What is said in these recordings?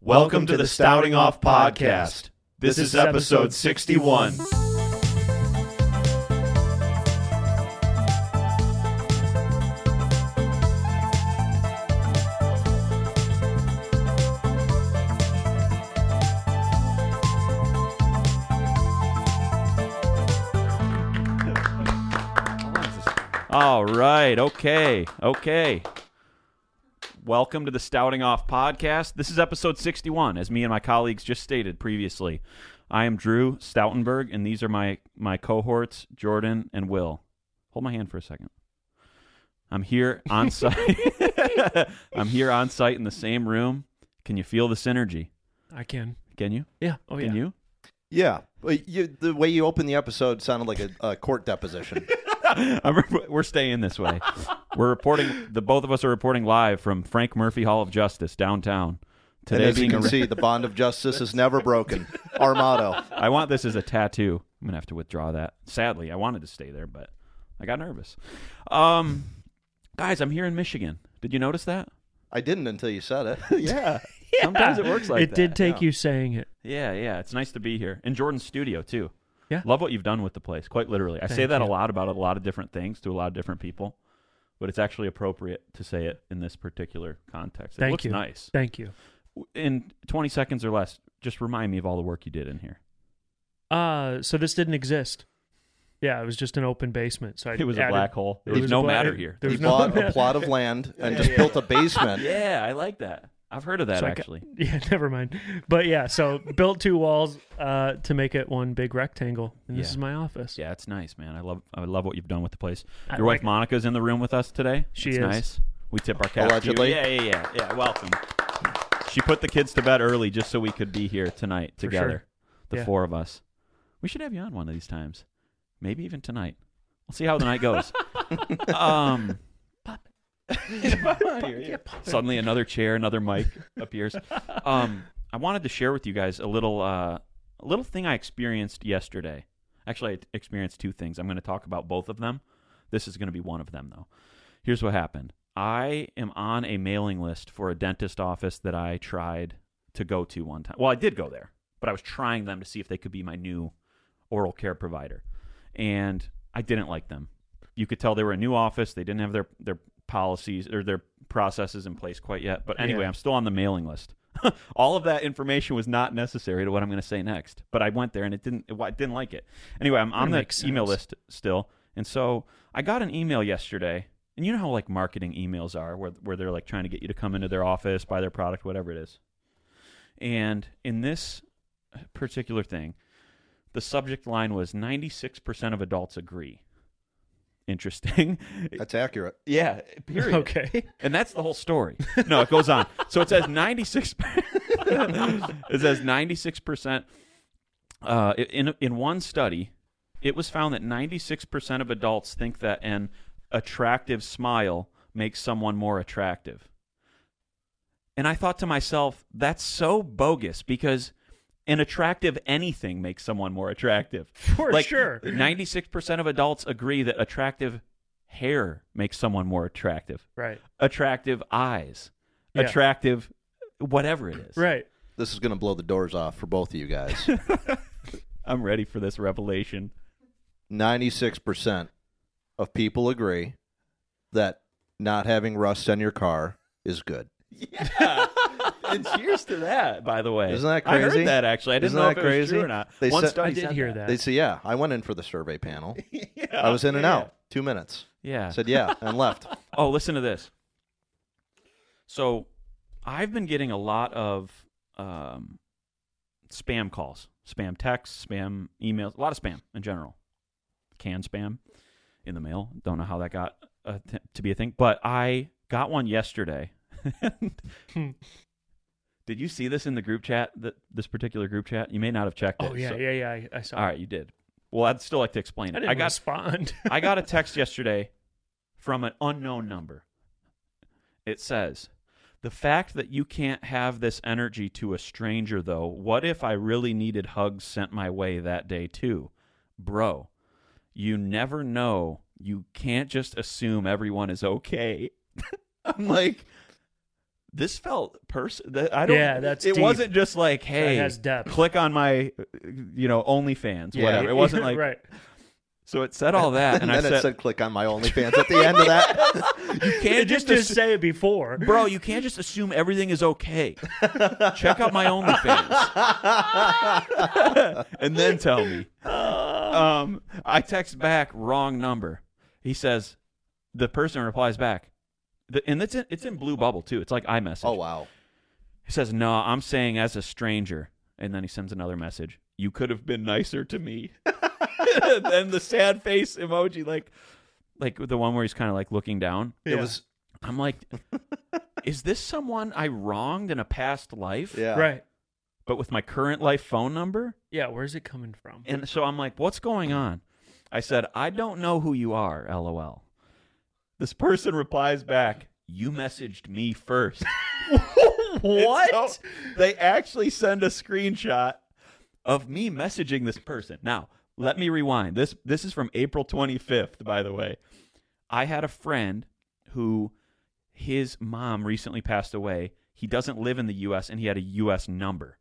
Welcome to the Stouting Off Podcast. This is episode 61. All right. Okay. Okay. Welcome to the Stouting Off podcast. This is episode 61, as me and my colleagues just stated previously. I am Drew Stoutenberg, and these are my, my cohorts, Jordan and Will. Hold my hand for a second. I'm here on site. I'm here on site in the same room. Can you feel the synergy? I can. Can you? Yeah. Oh Can you? Yeah, but you, the way you opened the episode sounded like a, a court deposition. I'm, we're staying this way. We're reporting. The both of us are reporting live from Frank Murphy Hall of Justice downtown. and Today as you being a can re- see, the bond of justice is never broken. Our motto. I want this as a tattoo. I'm gonna have to withdraw that. Sadly, I wanted to stay there, but I got nervous. Um, guys, I'm here in Michigan. Did you notice that? I didn't until you said it. yeah. Sometimes it works like it that. did take you saying it. Yeah, yeah. It's nice to be here in Jordan's studio too. Yeah. love what you've done with the place. Quite literally, I say Thank that a you. lot about a lot of different things to a lot of different people, but it's actually appropriate to say it in this particular context. It Thank looks you. nice. Thank you. in 20 seconds or less, just remind me of all the work you did in here. Uh, so this didn't exist. Yeah, it was just an open basement. So I It was a added- black hole. There it was no a black- matter here. There he was no bought a plot of land and just built a basement. Yeah, I like that. I've heard of that So I ca- actually. yeah, never mind. But yeah, so built two walls uh, to make it one big rectangle, and this Yeah. is my office. yeah, it's nice, man. I love I love what you've done with the place. I Your wife like- Monica's in the room with us today. She it's is. nice. We tip our cap. to you. Allegedly. Yeah, yeah, yeah. Yeah, welcome. She put the kids to bed early just so we could be here tonight For together. sure. The Yeah. four of us. We should have you on one of these times. Maybe even tonight. We'll see how the night goes. um suddenly another chair, another mic appears. Um, I wanted to share with you guys a little uh, a little thing I experienced yesterday. Actually, I experienced two things. I'm going to talk about both of them. This is going to be one of them, though. Here's what happened. I am on a mailing list for a dentist office that I tried to go to one time. Well, I did go there, but I was trying them to see if they could be my new oral care provider. And I didn't like them. You could tell they were a new office. They didn't have their, their policies or their processes in place quite yet. But anyway, Yeah. I'm still on the mailing list. All of that information was not necessary to what I'm going to say next. But I went there and it didn't. It, I didn't like it. Anyway, I'm on That the makes email sense. list still, and so I got an email yesterday. And you know how like marketing emails are, where where they're like trying to get you to come into their office, buy their product, whatever it is. And in this particular thing, the subject line was 96% of adults agree. Interesting. That's accurate. Uh, yeah. Period. Okay. And that's the whole story. No, it goes on. So it says 96 It says 96% uh, in in one study, it was found that 96% of adults think that an attractive smile makes someone more attractive. And I thought to myself, that's so bogus because an attractive anything makes someone more attractive. For sure. 96% of adults agree that attractive hair makes someone more attractive Right. attractive eyes, Yeah. attractive whatever it is. Right. This is going to blow the doors off for both of you guys. I'm ready for this revelation. 96% of people agree that not having rust on your car is good. Yeah. and cheers to that, by the way. Isn't that I heard crazy? that actually. I didn't Isn't know that if it was crazy? true or not. They One said- study I did said hear that. that. They say, yeah, I went in for the survey panel. Yeah. I was in and Yeah. out, two minutes. Yeah. Said, yeah, and left. Oh, listen to this. So, I've been getting a lot of um, spam calls, spam texts, spam emails, a lot of spam in general. Can spam in the mail. Don't know how that got uh, t- to be a thing, but I got one yesterday. Hmm. Did you see this in the group chat? That this particular group chat, you may not have checked it. Oh yeah, so- yeah, yeah. I, I saw. All right, you did. Well, I'd still like to explain I it. didn't I got respond. I got a text yesterday from an unknown number. It says, The fact that you can't have this energy to a stranger, though, what if I really needed hugs sent my way that day, too? Bro, you never know. You can't just assume everyone is okay. I'm like, this felt person. I don't. Yeah, that's It deep. wasn't just like, hey, has depth. click on my, you know, OnlyFans, Yeah. whatever. It wasn't like. right. So it said all that, and, And, I then said, it said, "Click on my OnlyFans." At the end of that, you It can't just just, didn't assu- say it before. bro, you can't just assume everything is okay. Check out my OnlyFans, and then tell me. Um, I text back, wrong number. He says, the person replies back, the, and it's in, it's in blue bubble too. It's like iMessage. oh wow, He says, "No, I'm saying as a stranger." And then he sends another message. You could have been nicer to me. and then the sad face emoji, like, like the one where he's kind of like looking down. it Yeah. was I'm like, is this someone I wronged in a past life? yeah, right. But with my current life phone number. Yeah, where's it coming from? And so I'm like, what's going on? I said, I don't know who you are. LOL. This person replies back, "You messaged me first. And so they actually send a screenshot of me messaging this person. Now, let me rewind. This this is from April 25th, by the way. I had a friend who his mom recently passed away. He doesn't live in the US and he had a US number.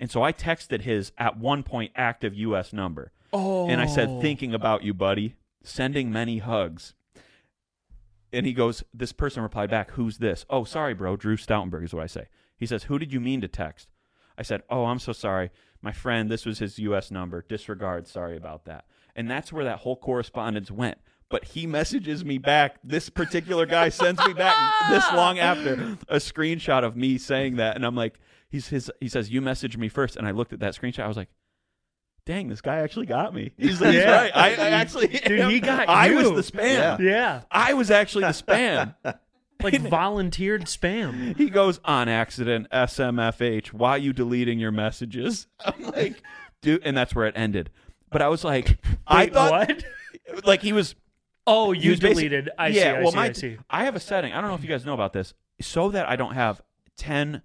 And so I texted his at one point active US number. oh, And I said, thinking about you, buddy, sending many hugs. And he goes, This person replied back, Who's this? Oh, sorry, bro. Drew Stoutenberg is what I say. He says, Who did you mean to text? I said, Oh, I'm so sorry. My friend, this was his US number. Disregard. Sorry about that. And that's where that whole correspondence went. But he messages me back. This particular guy sends me back this long after a screenshot of me saying that. And I'm like, he's his, he says, You messaged me first. And I looked at that screenshot. I was like, dang, this guy actually got me. He's like, Yeah. yeah. right. I, I actually, Dude, he got I you. was the spam. Yeah. Oh, Yeah, I was actually the spam. like volunteered spam. he goes on accident, SMFH. Why you deleting your messages? I'm like, dude, and that's where it ended. But I was like, I Wait, thought, what? like he was Oh, he you was basic- deleted. I see. yeah, I well, see. my, I see. I have a setting. I don't know if you guys know about this, so that I don't have ten,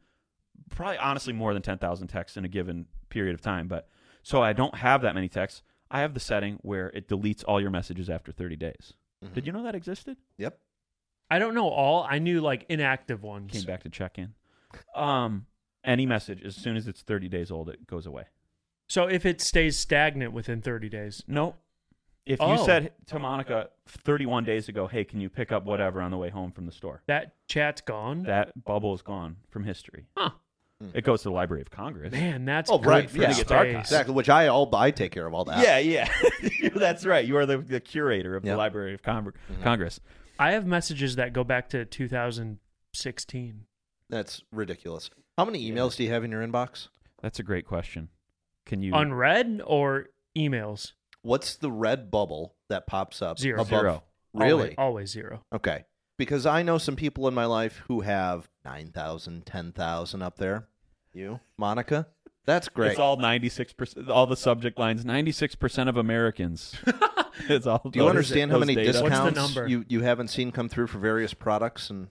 probably honestly more than ten thousand texts in a given period of time. But so I don't have that many texts. I have the setting where it deletes all your messages after thirty days. Did you know that existed? yep. I don't know all. I knew like inactive ones. Came back to check in. Um, any message as soon as it's thirty days old, it goes away. So if it stays stagnant within 30 days, No. If you Oh. said to Monica 31 days ago, hey, can you pick up whatever on the way home from the store? that chat's gone. That bubble is gone from history. huh. Hmm. It goes to the Library of Congress. Man, that's Oh, good right, for yeah. space. It's archived. Exactly. Which I all I take care of all that. Yeah, yeah. That's right. You are the, the curator of Yeah. Mm-hmm. the Library of Con- Congress. I have messages that go back to 2016. that's ridiculous. How many emails do you have in your inbox? That's a great question. Can you? Unread or emails? What's the red bubble that pops up? Zero. above- Zero. Really? Always, always zero. Okay. Because I know some people in my life who have 9,000, 10,000 up there. You, Monica? That's great. It's all 96%, all the subject lines, 96% of Americans. it's all Do you those- understand how those many data. the discounts number? You, you haven't seen come through for various products? And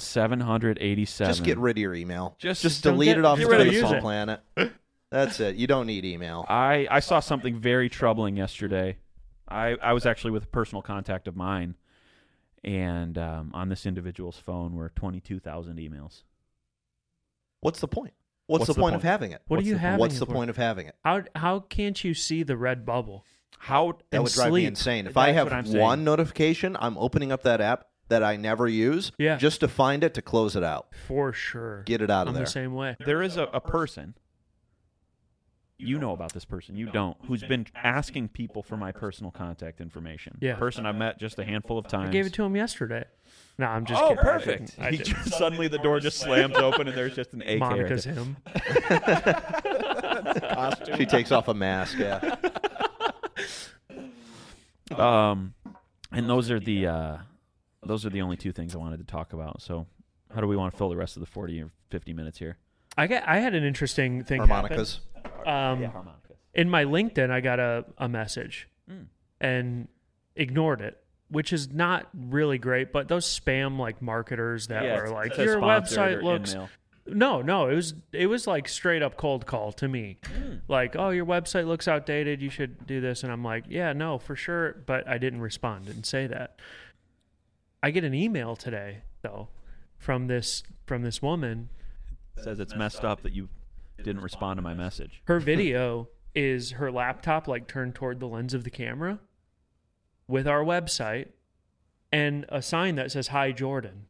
4,787. just get rid of your email. Just- just don't delete get- it off get the rid of face of it. the planet. That's it. You don't need email. I, I saw something very troubling yesterday. I, I was actually with a personal contact of mine, and um, on this individual's phone were 22,000 emails. What's the point? What's, What's the, the point, point? of having it? What What's are you the point? having? What's the for- point of having it? How how can't you see the red bubble? How That And would drive me sleep. insane. If That's I what have I'm saying. one notification, I'm opening up that app that I never use Yeah. just to find it to close it out. For sure. Get it out of I'm there. the same way. there is a, a person you know about this person you don't who's been asking people for my personal contact information Yeah. person i met just a handful of times I gave it to him yesterday. No, I'm just oh kidding. I perfect didn't. I he didn't. just, suddenly the door just slams open and there's just an AK Monica's him. She takes off a mask. Yeah. um and those are the uh those are the only two things i wanted to talk about so how do we want to fill the rest of the 40 or 50 minutes here I got. I had an interesting thing. Harmonicas. happen. Um, harmonicas in my LinkedIn, I got a, a message and ignored it, which is not really great. But those spam like marketers that were like, your website looks. No, no, it was it was like straight up cold call to me, like, oh, your website looks outdated. You should do this, and I'm like, yeah, no, for sure, but I didn't respond and say that. I get an email today though from this from this woman. says it's messed up that you didn't respond to my message. Her video is her laptop like turned toward the lens of the camera with our website and a sign that says hi Jordan.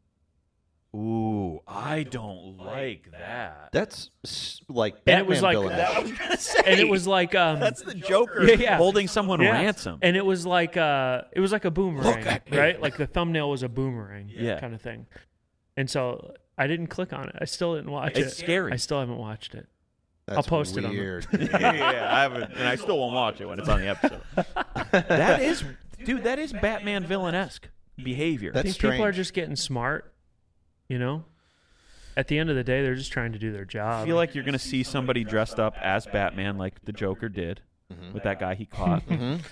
Ooh, I don't like that. That's s- like And Batman it was like- villain. that was gonna say. And it was like um that's the Joker Yeah, yeah. holding someone Yeah. ransom. And it was like uh it was like a boomerang, Look at me. right? Like the thumbnail was a boomerang Yeah. kind of thing. And so I didn't click on it. I still didn't watch it. It's scary. I still haven't watched it. That's I'll post it on the- weird. yeah, I haven't, and I still won't watch it when it's on the episode. that is, dude, that is Batman villain esque behavior. I That's think people are strange. just getting smart, you know? At the end of the day, they're just trying to do their job. I feel like you're gonna see somebody dressed up as Batman, like the Joker did Mm-hmm. with that guy he caught Dent?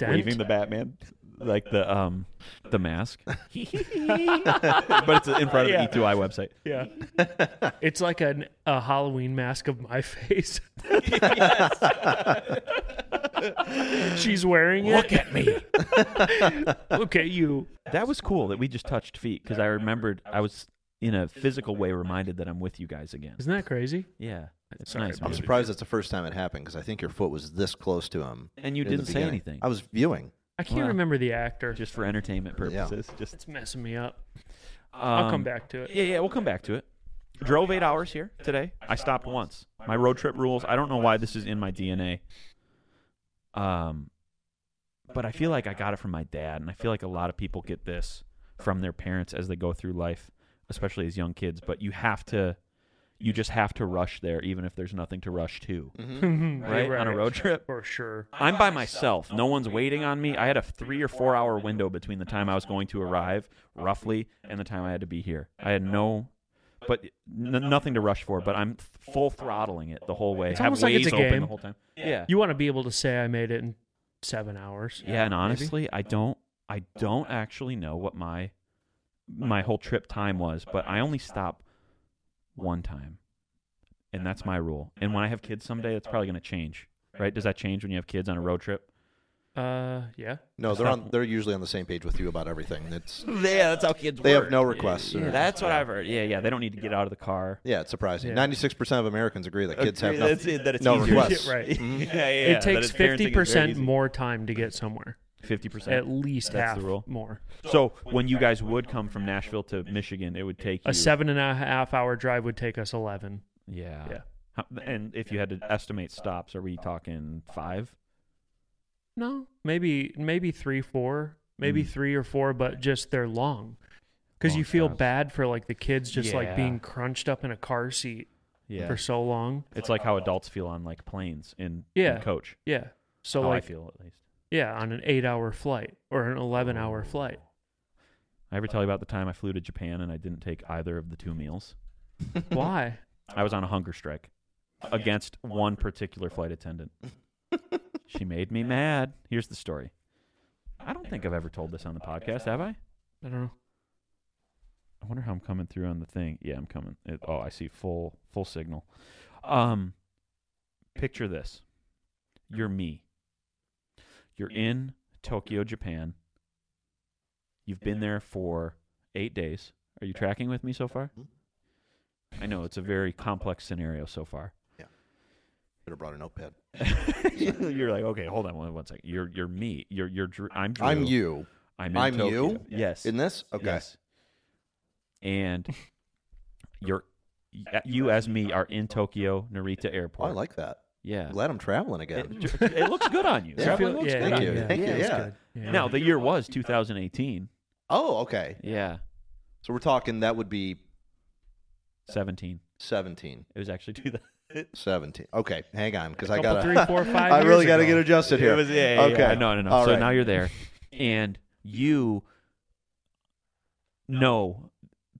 waving the Batman, like the um, the mask. but it's in front of Yeah. the E2I website. yeah. it's like an, a Halloween mask of my face. She's wearing it. Look at me. Look at you. That was cool that we just touched feet because I remembered I was in a physical way reminded that I'm with you guys again. Isn't that crazy? Yeah, it's Sorry, nice. I'm I'm man. surprised that's the first time it happened because I think your foot was this close to him. And you in the didn't say beginning. anything. I was viewing. I can't Wow. remember the actor. just for entertainment Yeah. purposes. Just it's messing me up. um, I'll come back to it. Yeah, yeah, we'll come back to it. Drove eight hours here today. I stopped once. My road trip rules. I don't know why this is in my DNA. Um, but I feel like I got it from my dad, and I feel like a lot of people get this from their parents as they go through life, especially as young kids. But you have to, you just have to rush there, even if there's nothing to rush to. Hmm. Right, on a road trip. For sure. I'm by myself. No one's waiting on me. I had a three or four hour window between the time I was going to arrive, roughly, and the time I had to be here. I had no, but n- nothing to rush for. But I'm full throttling it the whole way. It's Have almost like it's Waze a open game. the whole time. Yeah, You want to be able to say I made it in seven hours. yeah. And honestly, I don't, I don't actually know what my my whole trip time was, but I only stop one time, and that's my rule. And when I have kids someday, that's probably going to change, right? Does that change when you have kids on a road trip? Uh, yeah. No, they're not- on. They're usually on the same page with you about everything. It's Yeah, that's how kids. they have no requests. Yeah, or- that's what I've heard. Yeah, yeah. They don't need to get out of the car. yeah, it's surprising. Yeah. Ninety-six percent of Americans agree that kids have Agree, nothing, that's it, that it's no easier. requests. Right. yeah, yeah. it takes fifty percent more time to get somewhere. Fifty percent At least That's half the rule. more. So when you guys would come from Nashville to Michigan, it would take you, A seven and a half hour drive would take us eleven. Yeah. Yeah. How, and if you had to estimate stops, are we talking five? No, maybe maybe three, four, maybe Mm. three or four, but just they're long. Because Long you feel stops. bad for like the kids just like Yeah. being crunched up in a car seat Yeah. for so long. It's like how adults feel on like planes in, Yeah. in coach. Yeah. So how like Oh, I feel at least. yeah, on an eight hour flight or an eleven hour flight. I ever tell you about the time I flew to Japan and I didn't take either of the two meals? Why? I was on a hunger strike against Oh, one particular flight attendant. she made me mad. Here's the story. I don't think I've ever told this on the podcast, have Oh, I? I don't know. I wonder how I'm coming through on the thing. Yeah, I'm coming. It, oh, I see full full signal. Um picture this. You're me. You're in Tokyo, Japan. You've been there for 8 days. Are you tracking with me so far? I know it's a very complex scenario so far. Should have brought a notepad. you're like, okay, hold on one, one second. You're you're me. You're you're Drew. I'm Drew. I'm you I'm, in I'm Tokyo. you? Yes. in this. Okay. Yes. And you're y- you as me are in Tokyo Narita Oh, I Airport. like that. yeah. I'm glad I'm traveling again. It, it looks good on you. Yeah. Traveling Feel- looks yeah, good thank on you. Thank you, it's yeah. good. Yeah. Now the year was 2018. oh, okay. Yeah. So we're talking that would be 17. 17. It was actually 2000. 17. Okay, hang on because I Couple, got three, four, five I really years got to ago. get adjusted here. It was, yeah, yeah, okay. yeah. No, no, no. All so right. now you're there, and you know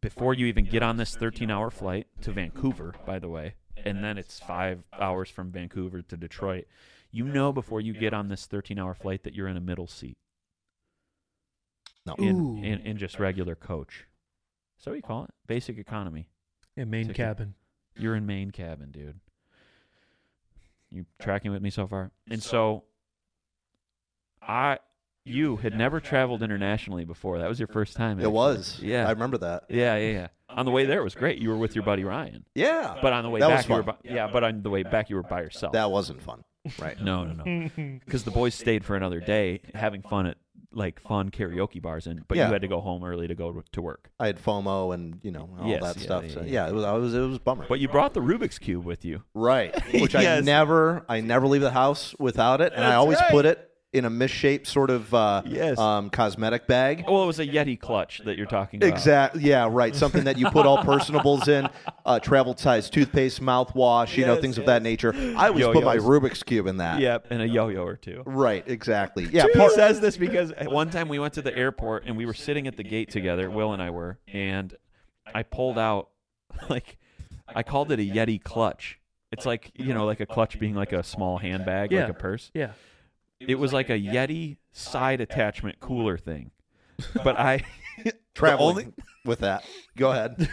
before you even get on this 13-hour flight to Vancouver, by the way, and then it's five hours from Vancouver to Detroit. You know before you get on this 13-hour flight that you're in a middle seat No. in, Ooh. in in just regular coach. So what do you call it? Basic economy. Yeah, main Ticket. cabin. You're in main cabin, dude. You tracking with me so far? And so I you had never traveled internationally before. That was your first time. It actually. was. Yeah. I remember that. Yeah, yeah, yeah. On the way there, it was great. You were with your buddy Ryan, Yeah. but on the way That was back, you were by, fun. yeah, but on the way back, you were by yourself. that wasn't fun. Right. no, no, no. Because the boys stayed for another day, having fun at like fun karaoke bars, and but Yeah. you had to go home early to go to work. I had FOMO and you know all Yes, that yeah, stuff. yeah, so yeah. yeah, it was I was it was a bummer. But you brought the Rubik's cube with you. right, which I Yes. never I never leave the house without it, and I That's always right. put it in a misshaped sort of uh, Yes. um, cosmetic bag. Well, it was a Yeti clutch that you're talking about. Exactly. Yeah. Right. Something that you put all personables in, uh, travel size toothpaste, mouthwash, you know, Yes, things of yes. that nature. I always Yo, put yo, my it's- Rubik's cube in that. Yep, and a yo-yo or two. Right. Exactly. Yeah. He part- says this because at one time we went to the airport and we were sitting at the gate together, Will and I were, and I pulled out like I called it a Yeti clutch. It's like you know, like a clutch being like a small handbag, Yeah. like a purse. Yeah. It was like a Yeti side attachment cooler thing. But I traveling only- with that. Go ahead.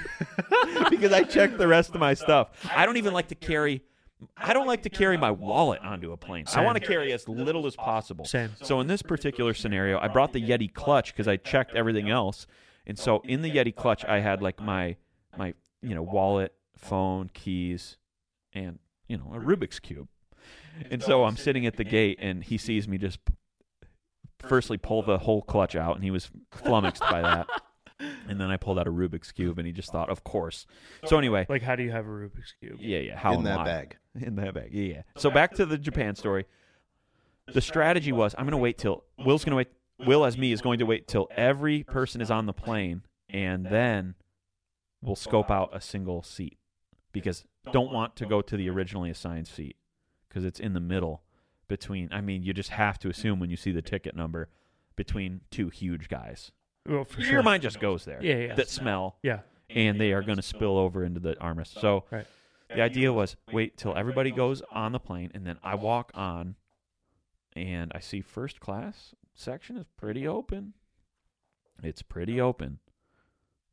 because I checked the rest of my stuff. I don't even like to carry I don't like to carry my wallet onto a plane. I Same. want to carry as little as possible. Same. So in this particular scenario, I brought the Yeti clutch because I checked everything else, and so in the Yeti clutch, I had like my my you know wallet, phone, keys, and you know a Rubik's cube. And so I'm sitting at the gate, and he sees me just firstly pull the whole clutch out, and he was flummoxed by that. And then I pulled out a Rubik's cube, and he just thought, of course. So anyway, Like, how do you have a Rubik's cube? yeah, yeah, how in and that why. bag. In that bag. Yeah. yeah. So back to the Japan story. The strategy was I'm going to wait till Will's going to wait. Will, as me, is going to wait till every person is on the plane, and then we'll scope out a single seat because don't want to go to the originally assigned seat because it's in the middle between. I mean, you just have to assume when you see the ticket number between two huge guys. Well, for Your sure. mind just goes there. Yeah, yeah. That smell Yeah. and they are going to spill over into the armrest. So Right. the idea was wait till everybody goes on the plane, and then I walk on, and I see first class section is pretty open. It's pretty open.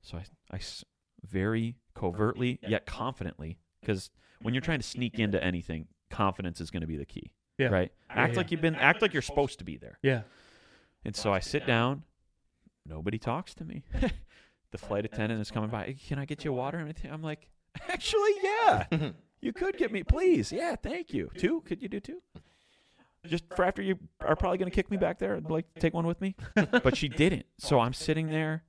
So I, I s- very covertly yet confidently, because when you're trying to sneak into anything, confidence is going to be the key. Yeah. Right. Act yeah. like you've been. Act like you're supposed to be there. Yeah. And so I sit down. Nobody talks to me. the flight attendant is coming by. Can I get you a water? And I'm like, actually, yeah. You could get me, please. Yeah, thank you. Two? Could you do two? Just for after you are probably going to kick me back there, like take one with me. But she didn't. So I'm sitting there,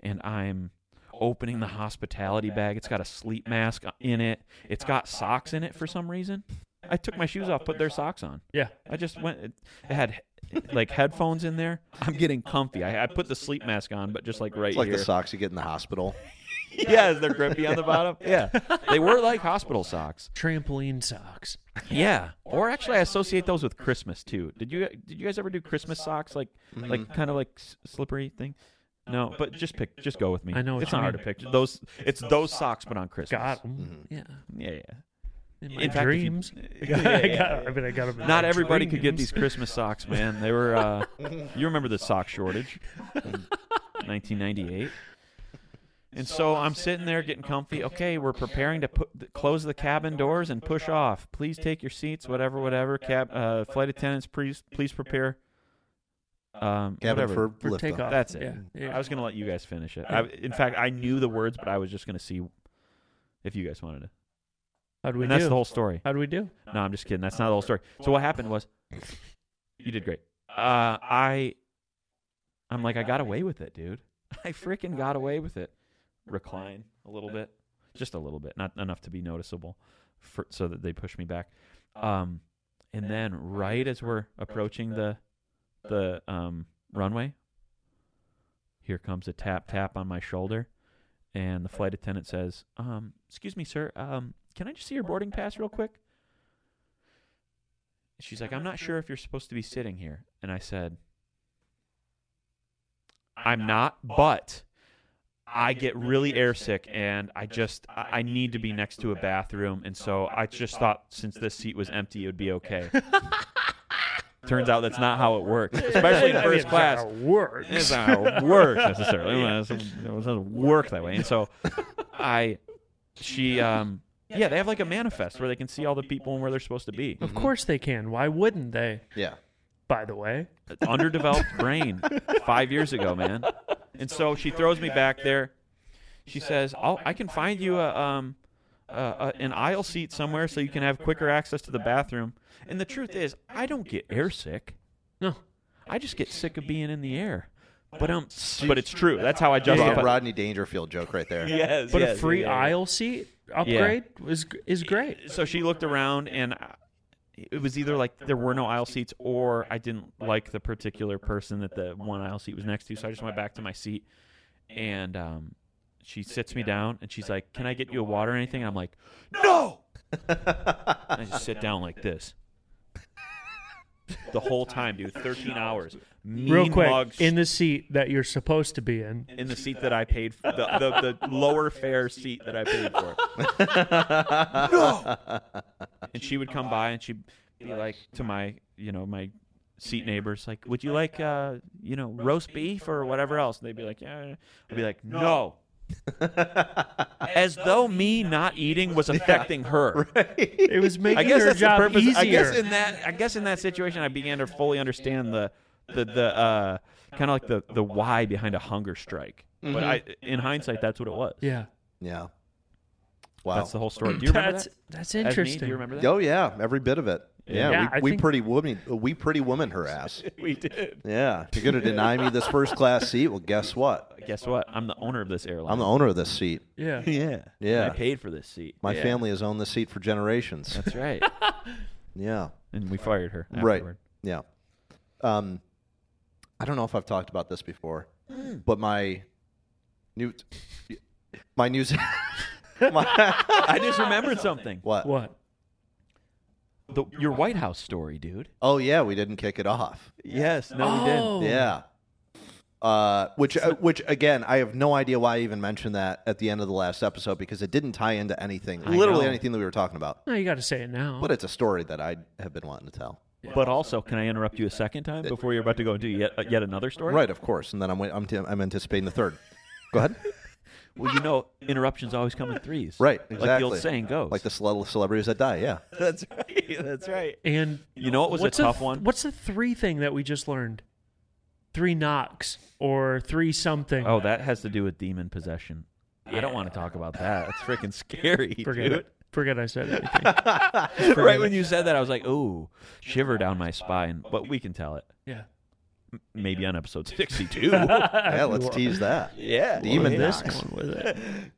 and I'm opening the hospitality bag. It's got a sleep mask in it. It's got socks in it for some reason. I took my shoes off, put their socks on. Yeah. I just went. It it had like headphones in there. I'm getting comfy. I, I put the sleep mask on, but just like right It's like here. the socks you get in the hospital. yes, they're grippy on the bottom. Yeah, they were like hospital socks. Trampoline socks. Yeah, or actually, I associate those with Christmas too. Did you did you guys ever do Christmas socks like Mm-hmm. like kind of like s- slippery thing? No, but just pick, just go with me. I know what it's you not hard to mean. pick. Those, it's those socks, but on Christmas. Got 'em. Yeah. Yeah, yeah. In my In fact, if you- dreams. Yeah, I, got, yeah, yeah. I mean, I got 'em in Not my everybody could get dreams. these Christmas socks, man. They were. Uh, you remember the sock shortage, 1998. And so I'm sitting there getting comfy. Okay, we're preparing to put, close the cabin doors and push off. Please take your seats, whatever, whatever. Cab, uh, flight attendants, please, please prepare. Um, Cabin whatever. for, For lift takeoff. That's it. Yeah. yeah. I was gonna let you guys finish it. I, in fact, I knew the words, but I was just gonna see if you guys wanted to. How'd we and that's do? the whole story. How'd we do? No, I'm just kidding. That's not the whole story. So what happened was, you did great. Uh, I, I'm like, I got away with it, dude. I freaking got away with it. Recline a little bit, just a little bit, not enough to be noticeable, for, so that they push me back. Um, and then right as we're approaching the, the um runway, here comes a tap tap on my shoulder, and the flight attendant says, um, "Excuse me, sir. Um, can I just see your boarding pass real quick?" She's like, I'm not sure if you're supposed to be sitting here. And I said, I'm not, but I get really airsick and I just, I I need to be next to a bathroom. And so I just thought since this seat was empty, it would be okay. Turns out that's not how it works, especially in I mean, first it's class. not how it works. It's not work necessarily. It doesn't work that way. And so I, she, um, yeah, they have like a manifest where they can see all the people and where they're supposed to be. Of course they can. Why wouldn't they? Yeah. by the way. underdeveloped brain five years ago, man. And so she throws me back there. She says, I'll, I can find you a, um, uh, a, an aisle seat somewhere so you can have quicker access to the bathroom. And the truth is, I don't get airsick. No. I just get sick of being in the air. But um, but it's true. That's how I justify. That's a Rodney Dangerfield joke right there. Yes, But yes, a free yeah, yeah. aisle seat upgrade is is great. So she looked around, and I- it was either like there were no aisle seats, or I didn't like the particular person that the one aisle seat was next to. So I just went back to my seat, and um, she sits me down, and she's like, "Can I get you a water or anything?" And I'm like, "No." And I just sit down like this. The whole time, dude, 13 hours. Mean Real quick, mugs in the seat that you're supposed to be in. in the seat that I paid for, the, the, the lower fare seat that I paid for. And she would come by and she'd be like to my, you know, my seat neighbors, like, would you like, uh, you know, roast beef or whatever else? And they'd be like, yeah. I'd be like, no. As though me not eating was affecting her. It was making I guess her that's the job purpose. easier. I guess in that I guess in that situation, I began to fully understand the the the uh, kind of like the the why behind a hunger strike. But I, Mm-hmm. in hindsight, that's what it was. yeah, yeah. Wow. That's the whole story. Do you remember that's that? that's As me, interesting. do you remember that? Oh yeah, every bit of it. Yeah, Yeah, I we, we think- pretty woman, we pretty woman her ass. We did. Yeah, you're gonna deny me this first class seat. Well, guess what? Guess what? I'm the owner of this airline. I'm the owner of this seat. Yeah, yeah. Yeah. I paid for this seat. My Yeah. family has owned this seat for generations. That's right. Yeah, and we fired her. right. Afterward. Yeah. Um, I don't know if I've talked about this before, but my new, my news, my, I just remembered something. what? what? The, your White House story, dude. Oh yeah, we didn't kick it off. Yes. No, we Oh. didn't. Yeah. Uh, which, uh, which again, I have no idea why I even mentioned that at the end of the last episode because it didn't tie into anything, literally know. anything that we were talking about. No, you got to say it now. But it's a story that I have been wanting to tell. But also, can I interrupt you a second time before you're about to go into yet, uh, yet another story? Right, of course. And then I'm wait- I'm, t- I'm anticipating the third. Go ahead. Well, you know, interruptions always come in threes. Right, Like the exactly. old saying goes. Like the cele- celebrities that die. Yeah. that's right. That's right. and You know what was what's a the tough th- one? What's the three thing that we just learned? Three knocks or three something. Oh, that has to do with demon possession. I don't want to talk about that. It's freaking scary, forget dude. it. Forget I said anything. right when you said that, I was like, "Ooh, shiver down my spine." But we can tell it yeah. maybe on episode sixty-two. Yeah, let's tease that. yeah, Demon Yeah. knocks.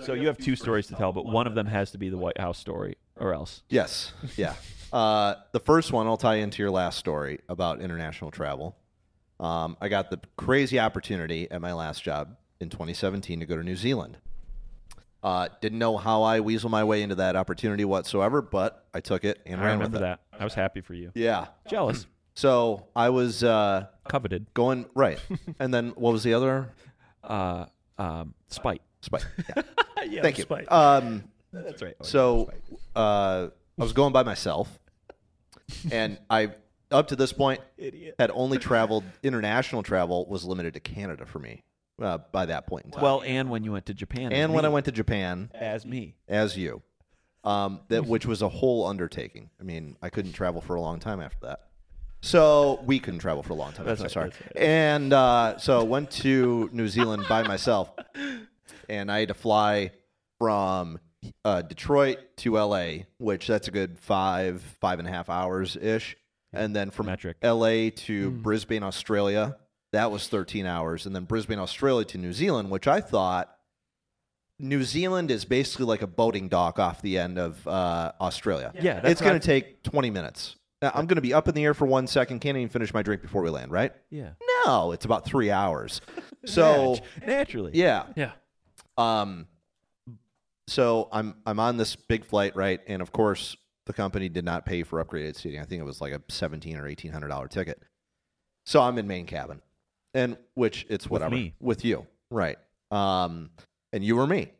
So you have two stories to tell, but one of them has to be the White House story, or else. Yes. Yeah. Uh, the first one I'll tie into your last story about international travel. Um, I got the crazy opportunity at my last job in 2017 to go to New Zealand. Uh, didn't know how I weasel my way into that opportunity whatsoever, but I took it and I ran remember with it. that. I was happy for you. Yeah. Jealous, So I was uh, coveted, going right, and then what was the other uh, um, spite. spike? Yeah. yeah Thank you. spite. Um, That's right. So uh, I was going by myself, and I up to this point had only traveled international travel was limited to Canada for me uh, by that point in time. Well, and when you went to Japan, as and when me- I went to Japan as me, as you, um, that which was a whole undertaking. I mean, I couldn't travel for a long time after that. So we couldn't travel for a long time. That's after that, sorry. And uh, so went to New Zealand by myself, and I had to fly from uh, Detroit to L.A., which that's a good five five and a half hours ish, and then from Metric. L.A. to Brisbane, Australia. That was 13 hours, and then Brisbane, Australia to New Zealand, which I thought New Zealand is basically like a boating dock off the end of uh, Australia. Yeah, that's it's what going I've- to take 20 minutes. Now, I'm going to be up in the air for one second. Can't even finish my drink before we land, right? yeah. No, it's about three hours. So naturally, yeah, Yeah. um, so I'm I'm on this big flight, right? And of course, the company did not pay for upgraded seating. I think it was like a seventeen or eighteen hundred dollar ticket. So I'm in main cabin, and which it's whatever me. you, right? Um, and you were me,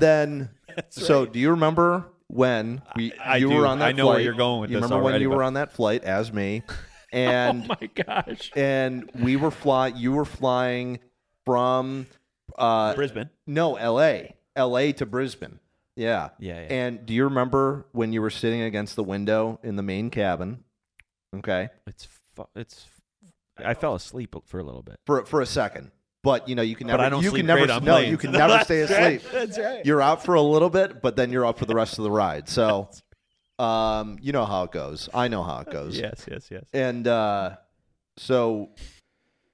then so do you remember when we I you do. were on that? I know where flight? you're going with you this Remember when already, you but- were on that flight as me, and Oh my gosh. and we were fly you were flying from uh, Brisbane. no, L.A. L.A. to Brisbane. Yeah. Yeah, yeah. And do you remember when you were sitting against the window in the main cabin? Okay. It's fu- it's I fell asleep for a little bit. for for a second. But you know, you can But never I don't you sleep can never great on no, planes. you can never stay asleep. That's right. You're out for a little bit, but then you're up for the rest of the ride. So um, you know how it goes. I know how it goes. Yes, yes, yes. And uh, so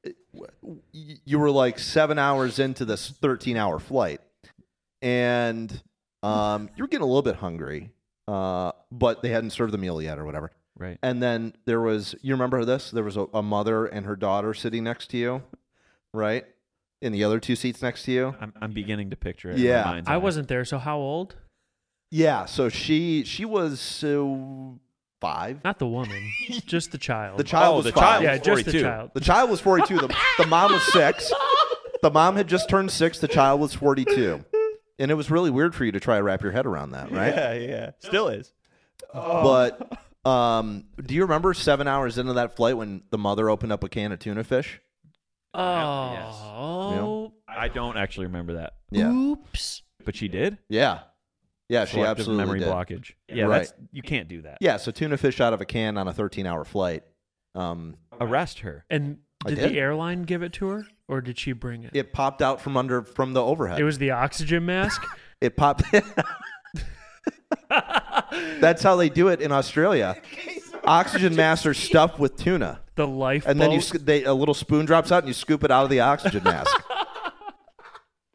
it- w- y- you were like 7 hours into this 13-hour flight and um, you were getting a little bit hungry. Uh, but they hadn't served the meal yet or whatever. Right. And then there was, you remember this? There was a, a mother and her daughter sitting next to you, right? In the other two seats next to you. I'm, I'm beginning to picture it. Yeah. in my mind's I eye. wasn't there, so how old? Yeah. So she she was uh, five. Not the woman, just the child. The child Oh, was the five. child. yeah, was just the 42. child. The child was forty two. The, the mom was six. The mom had just turned six. The child was forty two. And it was really weird for you to try to wrap your head around that, right? Yeah, yeah. Still is. But um, do you remember seven hours into that flight when the mother opened up a can of tuna fish? Oh, I don't actually remember that, Yeah. oops. but she did. Yeah. Yeah, she Selective absolutely memory did. blockage. Yeah, Right. that's you can't do that. Yeah, so tuna fish out of a can on a 13 hour flight. Um, Arrest her. And I did, did. the airline give it to her, or did she bring it? it popped out from under from the overhead. It was the oxygen mask. It popped. That's how they do it in Australia. Oxygen masks are stuffed with tuna, the lifeboat. and then you sc- they, a little spoon drops out, and you scoop it out of the oxygen mask,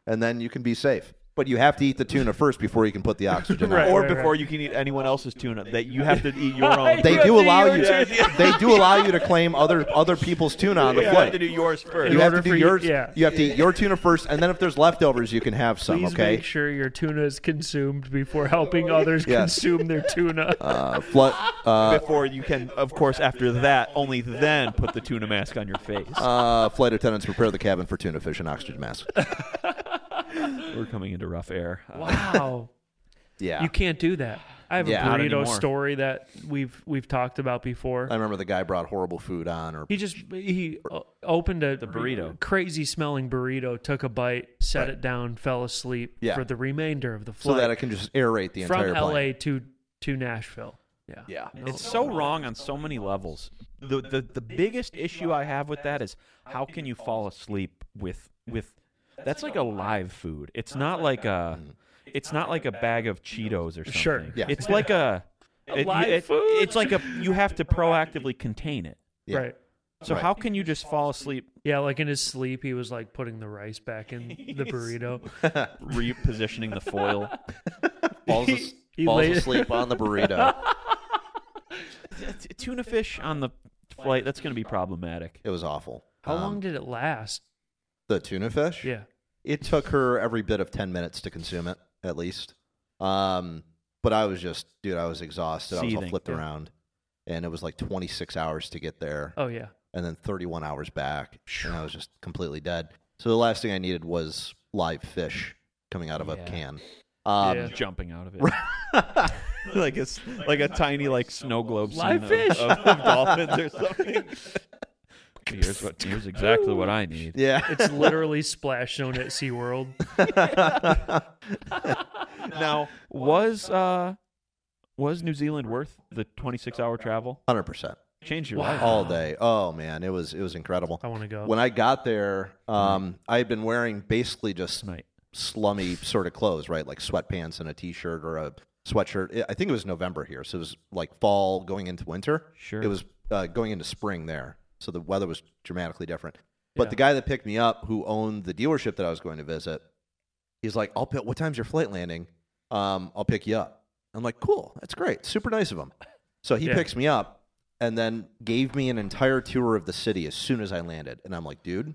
and then you can be safe. But you have to eat the tuna first before you can put the oxygen out. Right, or right, before you can eat anyone else's tuna, that you have to eat your own. They You have do to allow eat you. your They do allow you to claim other other people's tuna on the you have flight. to do yours first. In You have to order do for you- yours. yeah. You have to eat your tuna first, and then if there's leftovers, you can have some. Please okay. make sure your tuna is consumed before helping others Yes. consume their tuna. Uh, flu- uh, before you can, of course, after that, only then put the tuna mask on your face. uh, flight attendants prepare the cabin for tuna fish and oxygen masks. We're coming into rough air. Uh, wow, Yeah. you can't do that. I have Yeah. a Not burrito anymore. story that we've we've talked about before. I remember the guy brought horrible food on, or He just he uh, opened a the burrito. crazy smelling burrito, took a bite, set it down, fell asleep Yeah. for the remainder of the so flight that I can just aerate the from entire LA plane. to to Nashville. Yeah, Yeah. It's so wrong on so many levels. The, the the biggest issue I have with that is how can you fall asleep with with that's like a live food. It's not like a it's not like a bag of Cheetos or something. Sure. Yeah. It's like a it- live it- food? It's like a you have to proactively contain it. Yeah. right. So Right. how can you just fall asleep Yeah, like in his sleep, he was like putting the rice back in the burrito. repositioning the foil? Falls, as- He falls lay- asleep on the burrito. T- Tuna fish on the flight that's going to be problematic. It was awful. How Um, long did it last? the tuna fish? Yeah, It took her every bit of ten minutes to consume it, at least. Um, but I was just, dude, I was exhausted. I was all Seething, flipped yeah. around, and it was like 26 hours to get there. Oh yeah. and then 31 hours back, and I was just completely dead. So the last thing I needed was live fish coming out of a Yeah. can. Um, Yeah. jumping out of it. like it's like a tiny like snow globe Live scene of- fish. Of, of dolphins or something. here's what here's exactly what I need. yeah. It's literally splash zone at SeaWorld. Now, was uh was New Zealand worth the 26 hour travel? 100% Change your life. all day. Oh man, it was it was incredible. Oh, I want to go. When I got there, um, I had been wearing basically just Right. slummy sort of clothes, right? Like sweatpants and a t-shirt or a sweatshirt. I- I think it was November here, so it was like fall going into winter. Sure. It was uh, going into spring there, so the weather was dramatically different. But the guy that picked me up, who owned the dealership that I was going to visit, he's like, "I'll pick. What time's your flight landing? Um, I'll pick you up." I'm like, "Cool, that's great. Super nice of him." So he Yeah. picks me up and then gave me an entire tour of the city as soon as I landed, and I'm like, "Dude,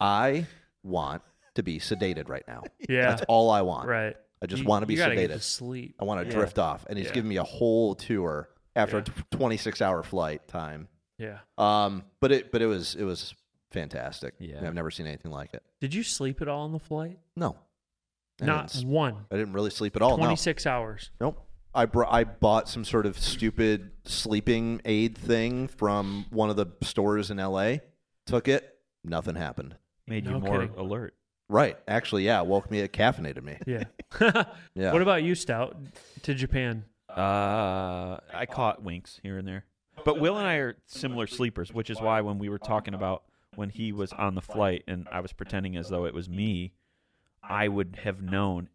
I want to be sedated right now. yeah, That's all I want. right. I just You- want to be you gotta get to sedated. sleep. I want to Yeah. drift off." And he's Yeah. giving me a whole tour after Yeah. a 26 hour flight time. Yeah. Um, but it but it was it was fantastic. Yeah. I've never seen anything like it. Did you sleep at all on the flight? No, I Not didn't s- one. I didn't really sleep at all. No. 26 hours. Nope. I br- I bought some sort of stupid sleeping aid thing from one of the stores in L.A. Took it. Nothing happened. Made you No more kidding. alert. Right. Actually, yeah. Woke me. It caffeinated me. Yeah. Yeah. What about you, Stout? To Japan. Uh I caught winks here and there. But Will and I are similar sleepers, which is why when we were talking about when he was on the flight and I was pretending as though it was me, I would have known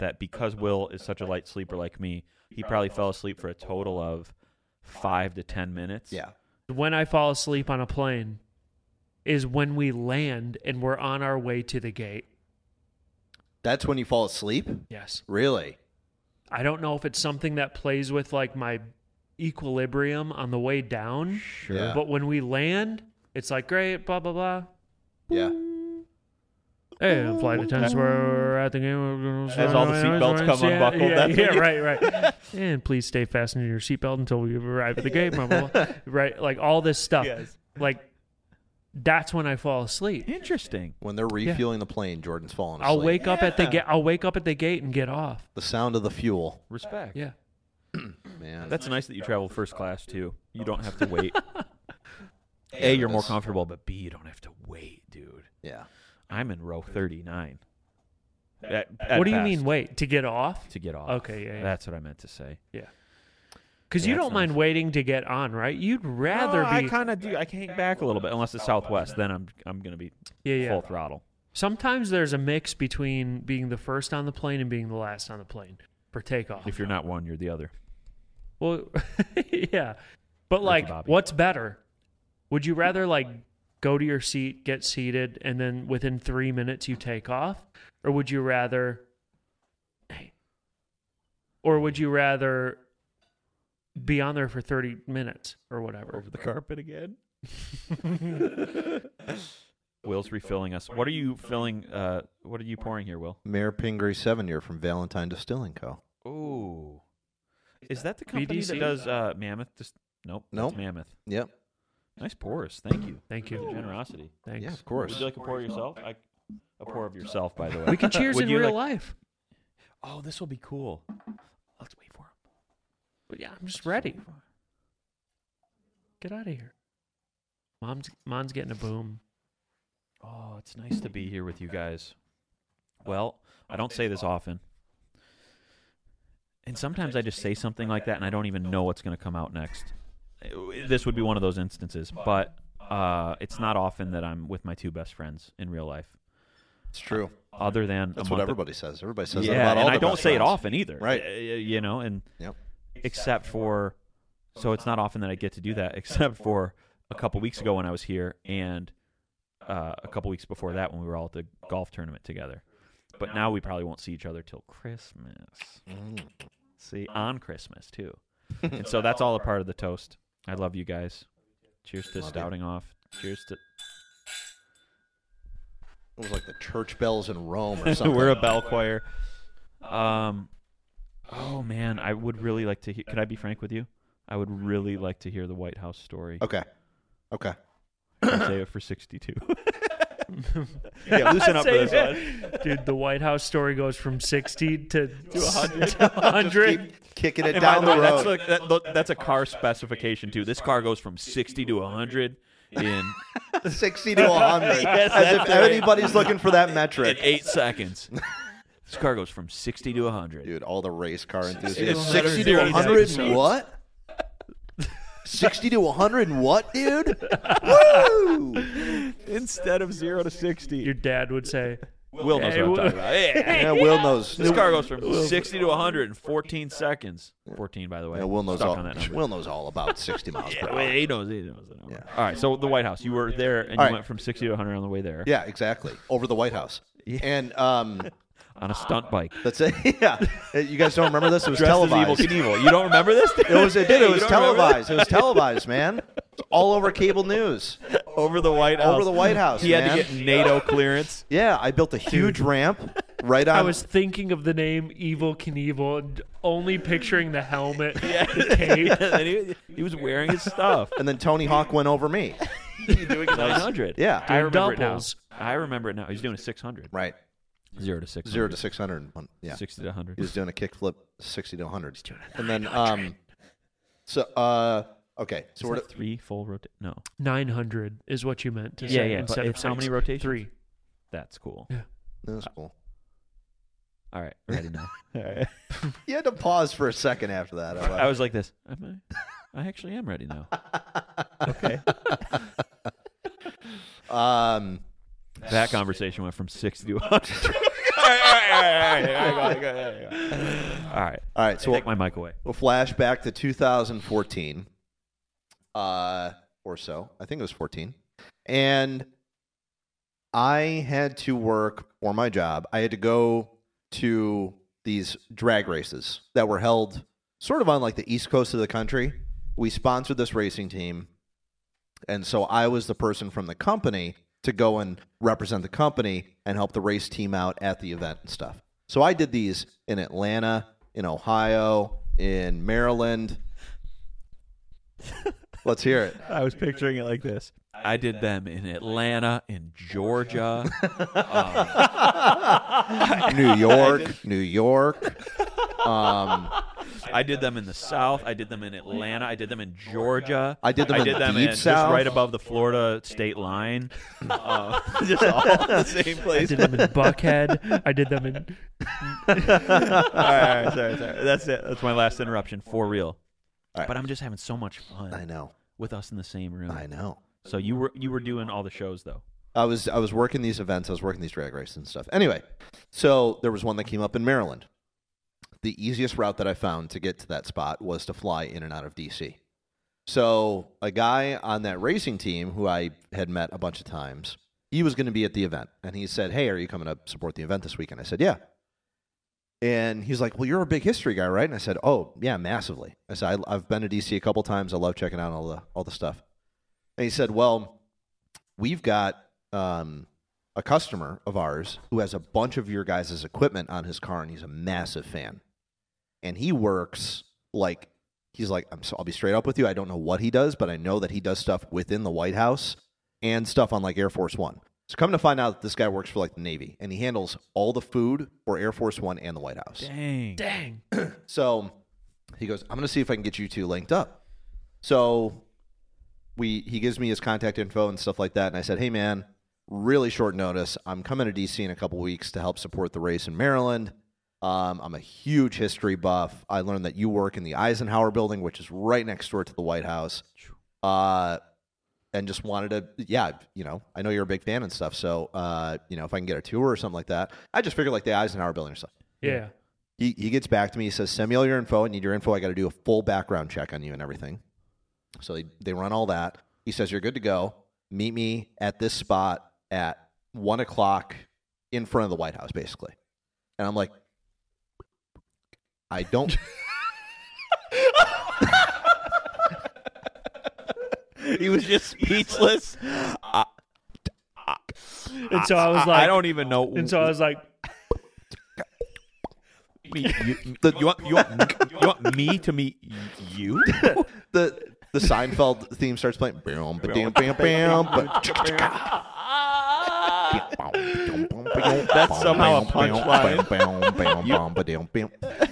that because Will is such a light sleeper like me, he probably fell asleep for a total of five to ten minutes. Yeah. When I fall asleep on a plane is when we land and we're on our way to the gate. That's when you fall asleep? Yes. Really? I don't know if it's something that plays with like my equilibrium on the way down. Sure. Yeah. But when we land, it's like great, blah blah blah. Yeah. Hey, I'm flight attendants. We're at the game. As all the seatbelts come yeah, unbuckled, Yeah, that yeah, thing. right, right. and please stay fastened to your seatbelt until we arrive at the gate. Blah, blah, blah. Right, like all this stuff. Yes. Like that's when I fall asleep. Interesting. When they're refueling the plane, Jordan's falling asleep. I'll wake up at the Yeah. gate. I'll wake up at the gate and get off. The sound of the fuel. Respect. Yeah. Man. That's nice that you travel first class too. You don't have to wait. A, you're more That's- comfortable, but B, you don't have to wait, dude. Yeah. I'm in row 39. At- at what do you best, mean? Wait to get off? To get off. Okay, yeah, yeah. That's what I meant to say. Because Yeah, you that's don't mind nice. waiting to get on, right? You'd rather No, be. I kind of do. I can hang back a little bit, unless it's Southwest. Then I'm I'm gonna be yeah, yeah. full throttle. Sometimes there's a mix between being the first on the plane and being the last on the plane for takeoff. If you're not one, you're the other. well, yeah, but like, Bobby. what's better? Would you rather like go to your seat, get seated, and then within three minutes you take off, or would you rather? Or would you rather be on there for thirty minutes or whatever? the carpet again. Will's refilling us. What are you filling? Uh, what are you pouring here, Will? Mayor Pingree seven year from Valentine Distilling Co. Ooh, is that the company BDC? that does uh, Mammoth? Just nope. that's Nope. Mammoth. Yep. Nice pours. Thank you. Thank you. Your generosity. Thanks. Yeah, of Would course. you like a pour yourself? I, a pour of yourself, by the way. We can cheers Would in you real like- life. Oh, this will be cool. Let's wait for him. But yeah, I'm just ready. Get out of here. Mom's mom's getting a boom. Oh, it's nice to be here with you guys. Well, I don't say this often. And sometimes I just say something like that and I don't even know what's going to come out next. Uh, This would be one of those instances, but uh, it's not often that I'm with my two best friends in real life, It's true. other than That's a what month- everybody says. Everybody says that yeah, about all and I their don't best say it friends. often either, Right. Uh, You know, and Yep. except for so it's not often that I get to do that except for a couple weeks ago when I was here and uh, a couple weeks before that when we were all at the golf tournament together. But now we probably won't see each other till Christmas. Mm. See, on Christmas too. And so that's all a part of the toast. I love you guys. Cheers to Love you. stouting off. Cheers to It was like the church bells in Rome or something. We're a bell choir. Um, oh man, I would really like to hear. Could I be frank with you? I would really like to hear the White House story. okay. Okay. I'll Save it for sixty-two. yeah, loosen up for Save this it. one. Dude, the White House story goes from 60 to, to 100. Just 100. keep kicking it And by down the the way, road. that's, like, that, tho- that's a car specification too. This car goes from sixty to hundred in 60 to 100. Yes, As that's if right. anybody's looking for that in metric. eight seconds. This car goes from sixty to hundred. Dude, all the race car to enthusiasts. 100. 60 to 100 and Episodes. what? 60 to 100 and what, dude? Woo! Instead of zero to Your sixty, dad would say, Will knows Hey, what I'm Will. talking about. Yeah. Yeah, Will knows. This car goes from 60 to 100 in 14 seconds. 14, by the way. Yeah, Will knows Stuck all. on that number. Will knows all about 60 miles per Yeah, hour. well, he knows. He knows the number. All right. So the White House. You were there, and you All right. went from 60 to 100 on the way there Yeah, exactly. Over the White House. And um, on a stunt bike. that's it. Yeah, you guys don't remember this? It was Dressed as televised. Evel Knievel. You don't remember this? It was. It did. You It was don't remember this? televised. It was televised, man. It's all over cable news. Over the White House. Over the White House, He had to man. get NATO clearance. Yeah, I built a huge ramp right on. I was thinking of the name Evil Knievel, and only picturing the helmet, the cape. and he, he was wearing his stuff. and then Tony Hawk went over me. doing 900. Yeah. I remember it now. Doubles. I remember it now. He's doing a 600. Right. Zero to 600. Zero to six hundred and one. Yeah. 60 to 100. He was doing a kickflip, sixty to one hundred. And then um, so uh, okay. So Is we're that three full rotate. No. 900 is what you meant to Yeah, say. yeah, but Instead of it's how six. many rotations? Three. That's cool. that's cool. All right. Ready now. All right. You had to pause for a second after that. I was like this. Am I? I actually am ready now. Okay. Um, that conversation went from 60 to 100. all right, all right, all right, all right, all right, all right, all right, all right. All right. all right, so Take my mic away. We'll flash back to 2014 uh, or so. I think it was 14. And I had to work for my job. I had to go to these drag races that were held sort of on like the east coast of the country. We sponsored this racing team. And so I was the person from the company to go and represent the company and help the race team out at the event and stuff. So I did these in Atlanta, in Ohio, in Maryland. Let's hear it. I was picturing it like this. I did them in Atlanta, in Georgia. New York, New York. Um, I did them in the South. I did them in Atlanta. I did them in Georgia. I did them I in did the them deep in just South. right above the Florida state line. Uh, just all in the same I place. did them in Buckhead. I did them in. all right, all right, sorry, sorry. That's it. That's my last interruption for real. All right. But I'm just having so much fun I know. with us in the same room. I know. So you were you were doing all the shows though. I was I was working these events. I was working these drag races and stuff. Anyway, so there was one that came up in Maryland. The easiest route that I found to get to that spot was to fly in and out of DC. So a guy on that racing team who I had met a bunch of times, he was going to be at the event, and he said, "Hey, are you coming to support the event this weekend?" I said, "Yeah." And he's like, "Well, you're a big history guy, right?" And I said, "Oh, yeah, massively." I said, I, "I've been to DC a couple times. I love checking out all the all the stuff." And he said, "Well, we've got um, a customer of ours who has a bunch of your guys' equipment on his car, and he's a massive fan. And he works like he's like I'm. So, I'll be straight up with you. I don't know what he does, but I know that he does stuff within the White House and stuff on like Air Force One. So come to find out that this guy works for like the Navy, and he handles all the food for Air Force One and the White House. Dang. Dang. So he goes, I'm going to see if I can get you two linked up. So we he gives me his contact info and stuff like that. And I said, Hey, man, really short notice. I'm coming to DC in a couple weeks to help support the race in Maryland. Um, I'm a huge history buff. I learned that you work in the Eisenhower building, which is right next door to the White House. Uh, and just wanted to, yeah, you know, I know you're a big fan and stuff. So, uh, you know, if I can get a tour or something like that, I just figured like the Eisenhower building or something Yeah. he, he gets back to me. He says, send me all your info. I need your info. I got to do a full background check on you and everything. So they, they run all that. He says, you're good to go. Meet me at this spot at one o'clock in front of the White House, basically. And I'm like, I don't. He was just speechless. I, And so I was like, I don't even know. And so I was like, me, you, you want you want you want me to meet you? the the Seinfeld theme starts playing. Bam, ba-dam, bam, bam, ba- That's somehow a punchline. punchline.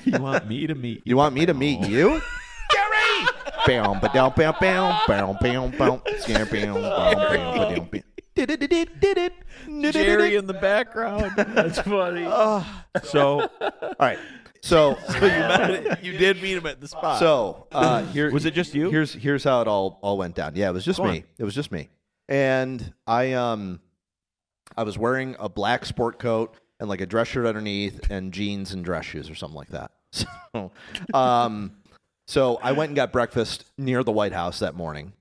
You want me to meet You want me to meet you? Gary! Bam, ba-dum, bam, bam, bam, bam, bam, scare, bam, bam, bam, ba-dum, bam. Did it, did it, did it, did it, did Jerry it. in the background? Ah. that's funny. So All right. So, you did meet him at the spot. so uh, here Was it just you? Here's here's how it all all went down. Yeah, it was just Go me. on. It was just me. And I um, I was wearing a black sport coat and like a dress shirt underneath and jeans and dress shoes or something like that. So, um, so I went and got breakfast near the White House that morning,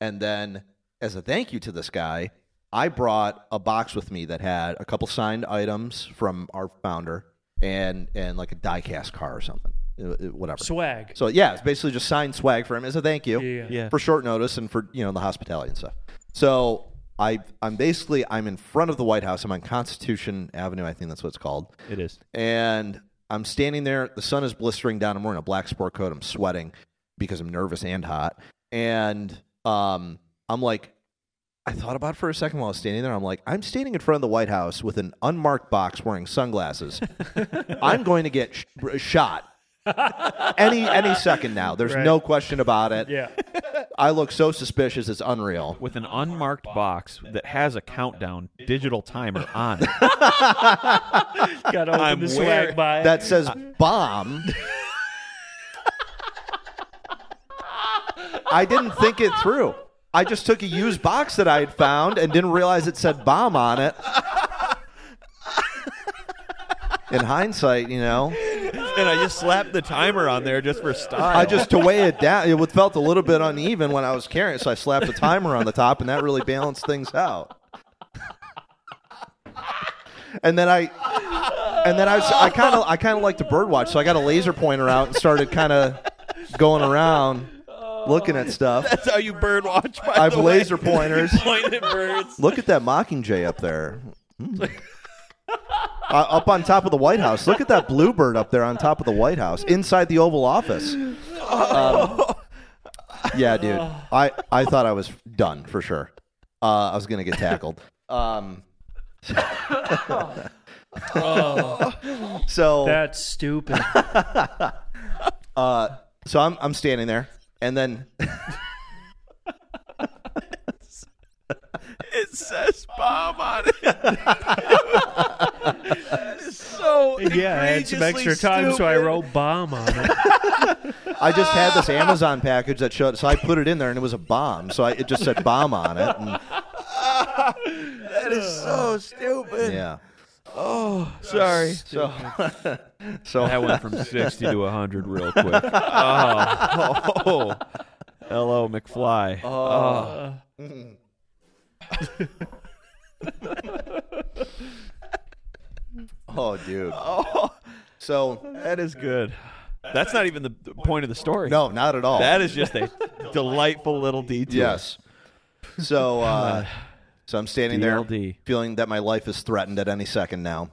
and then as a thank you to this guy, I brought a box with me that had a couple signed items from our founder and and like a diecast car or something, It- it- whatever. Swag. So yeah, it's basically just signed swag for him as a thank you Yeah. yeah. for short notice and for you know the hospitality and stuff. So I I'm basically I'm in front of the White House. I'm on Constitution Avenue, I think that's what it's called. It is. And I'm standing there. The sun is blistering down. I'm wearing a black sport coat. I'm sweating because I'm nervous and hot. And um, I'm like, I thought about it for a second while I was standing there. I'm like, I'm standing in front of the White House with an unmarked box wearing sunglasses. I'm going to get sh- shot any any second now. There's Right. no question about it. Yeah. I look so suspicious. It's unreal. With an unmarked box that has a countdown digital timer on it. Got to open I'm the wearing- swag by. That says bomb. I didn't think it through. I just took a used box that I had found and didn't realize it said bomb on it. In hindsight, you know, and I just slapped the timer on there just for style. I just to weigh it down, it felt a little bit uneven when I was carrying it, so I slapped a timer on the top, and that really balanced things out. And then I, and then I, was- I kind of, I kind of like to birdwatch, so I got a laser pointer out and started kind of going around, looking at stuff. That's how you bird watch. By I have the laser way. pointers. Pointed birds. Look at that mockingjay up there. Hmm. Uh, up on top of the White House. Look at that bluebird up there on top of the White House, inside the Oval Office. Um, yeah, dude. I, I thought I was done for sure. Uh, I was going to get tackled. Um, Oh. so That's stupid. uh, so I'm I'm standing there, and then It says bomb on it. It's so yeah, I had some extra time, so I egregiously wrote bomb on it. I just had this Amazon package that showed, so I put it in there, and it was a bomb. So I, it just said bomb on it. And, stupid. That is so stupid. yeah. Oh, sorry. So so That went from 60 to 100 real quick. Oh. Oh, hello, McFly. Oh. oh, dude. So that is good. That's not even the the point of the story. no, not at all. that is just a delightful little detail. yes. So uh, so I'm standing there, DLD. feeling that my life is threatened at any second now,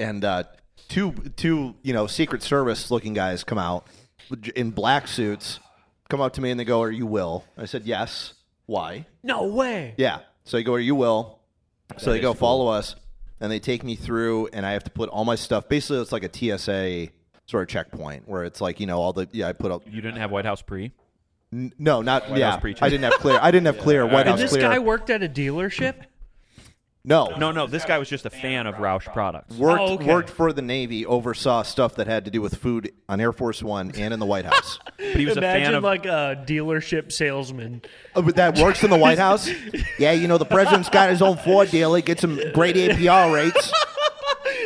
and uh, two two you know Secret Service looking guys come out in black suits, come up to me and they go, "Are you Will?" I said, "Yes." Why? No way. Yeah. So they go, you will. So they go follow us, and they take me through, and I have to put all my stuff. Basically, it's like a TSA sort of checkpoint where it's like you know all the yeah. I put all You didn't have White House pre? n- no, not White yeah. House pre-check. I didn't have clear. I didn't have clear. White And House this clear. guy worked at a dealership. no, No, no. This guy was just a fan of Roush products. Worked Oh, okay. worked for the Navy, oversaw stuff that had to do with food on Air Force One and in the White House. But he was a fan Imagine of. like a dealership salesman. Oh, but that works in the White House. Yeah, you know the president's got his own Ford deal. He gets some great APR rates.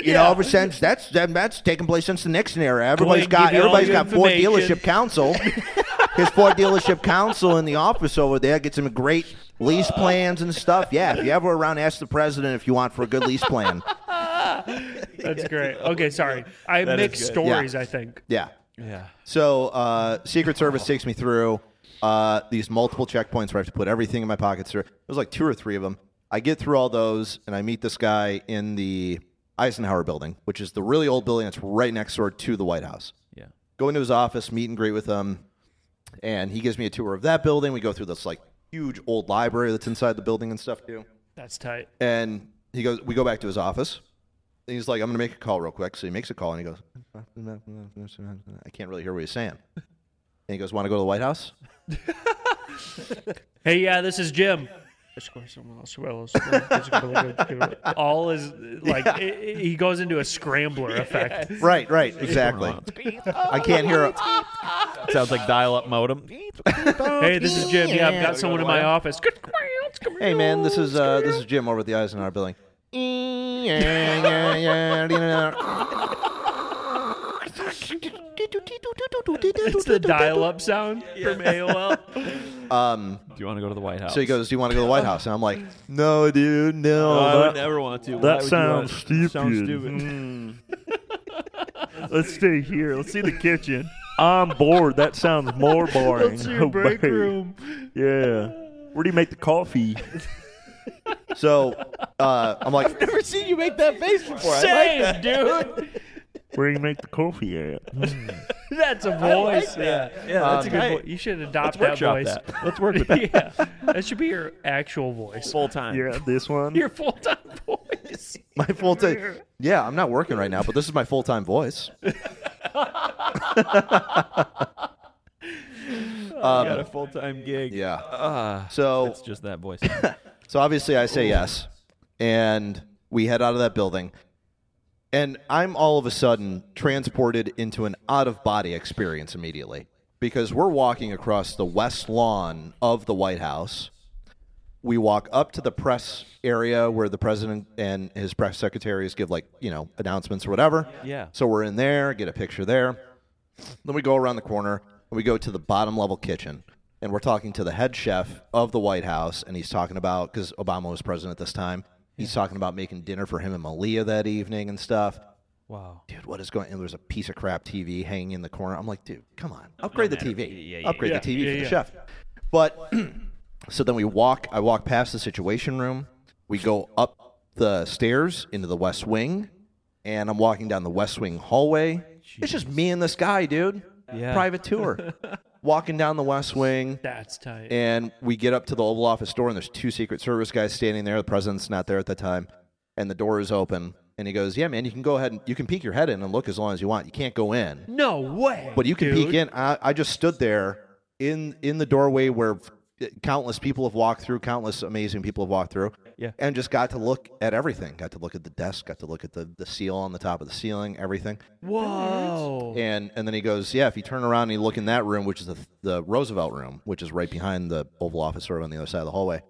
You know, ever since that's that, that's taken place since the Nixon era. Everybody's Glenn, give got me all everybody's your got Ford information. dealership counsel. His Ford dealership counsel in the office over there gets him great lease plans and stuff. Yeah, if you ever around, ask the president if you want for a good lease plan. That's great. Okay, sorry. I is mixed good. stories, I think. Yeah. Yeah. So uh, Secret Service takes me through uh, these multiple checkpoints where I have to put everything in my pockets. There was like two or three of them. I get through all those, and I meet this guy in the Eisenhower Building, which is the really old building that's right next door to the White House. yeah. Go into his office, meet and greet with him, and he gives me a tour of that building. We go through this like huge old library that's inside the building and stuff too. That's tight. And he goes, we go back to his office. And he's like, I'm going to make a call real quick. So he makes a call and he goes, I can't really hear what he's saying. And he goes, Want to go to the White House? Hey, yeah, this is Jim. All is like i i- he goes into a scrambler effect. Right, right, exactly. I can't hear it. Sounds like dial-up modem. Hey, this is Jim. Yeah, I've got someone in my office. Hey, man, this is uh, this is Jim over at the Eisenhower building. it's It's the dial-up sound from AOL. Um, Do you want to go to the White House? so he goes, Do you want to go "Oh, to the White House? And I'm like, No, dude, no. I no." would never want to. That sounds stupid. Sounds stupid. Mm. Let's stay here. Let's see the kitchen. I'm bored. That sounds more boring. It's your break Obey. room. Yeah. Where do you make the coffee? So uh, I'm like, Never seen you make that face before. Same, dude. Where do you make the coffee at? Hmm. That's a voice. yeah. Yeah, that's That's a a good good vo- You should adopt that Um, Let's workshop voice. that. Let's work with that yeah, that should be your actual voice. full time. Yeah, this one. Your full time voice. my full time. Yeah, I'm not working right now, but this is my full time voice. You got a full-time gig. Yeah. Ah, So it's just that voice. so obviously I say yes, and we head out of that building, and I'm all of a sudden transported into an out of body experience immediately because we're walking across the west lawn of the White House. We walk up to the press area where the president and his press secretaries give like you know announcements or whatever. Yeah. So we're in there, get a picture there. Then we go around the corner and we go to the bottom level kitchen. And we're talking to the head chef of the White House. And he's talking about, because Obama was president at this time, he's talking about making dinner for him and Malia that evening and stuff. Wow. Dude, what is going And there's a piece of crap TV hanging in the corner. I'm like, dude, come on. Upgrade the TV. Yeah, yeah, Upgrade yeah. the TV Yeah, for the yeah. chef. But so then we walk, I walk past the situation room. We go up the stairs into the West Wing. And I'm walking down the West Wing hallway. It's just me and this guy, dude. Yeah. Private tour. walking down the West Wing. That's tight. And we get up to the Oval Office door, and there's two Secret Service guys standing there. The president's not there at the time, and the door is open. And he goes, "Yeah, man, you can go ahead and you can peek your head in and look as long as you want. You can't go in, no way. but you can dude. peek in." I, I just stood there in in the doorway where countless people have walked through, countless amazing people have walked through, Yeah. and just got to look at everything. Got to look at the desk. Got to look at the the seal on the top of the ceiling. Everything. Whoa. And and then he goes, yeah. If you turn around and you look in that room, which is the, the Roosevelt room, which is right behind the Oval Office, sort of on the other side of the hallway.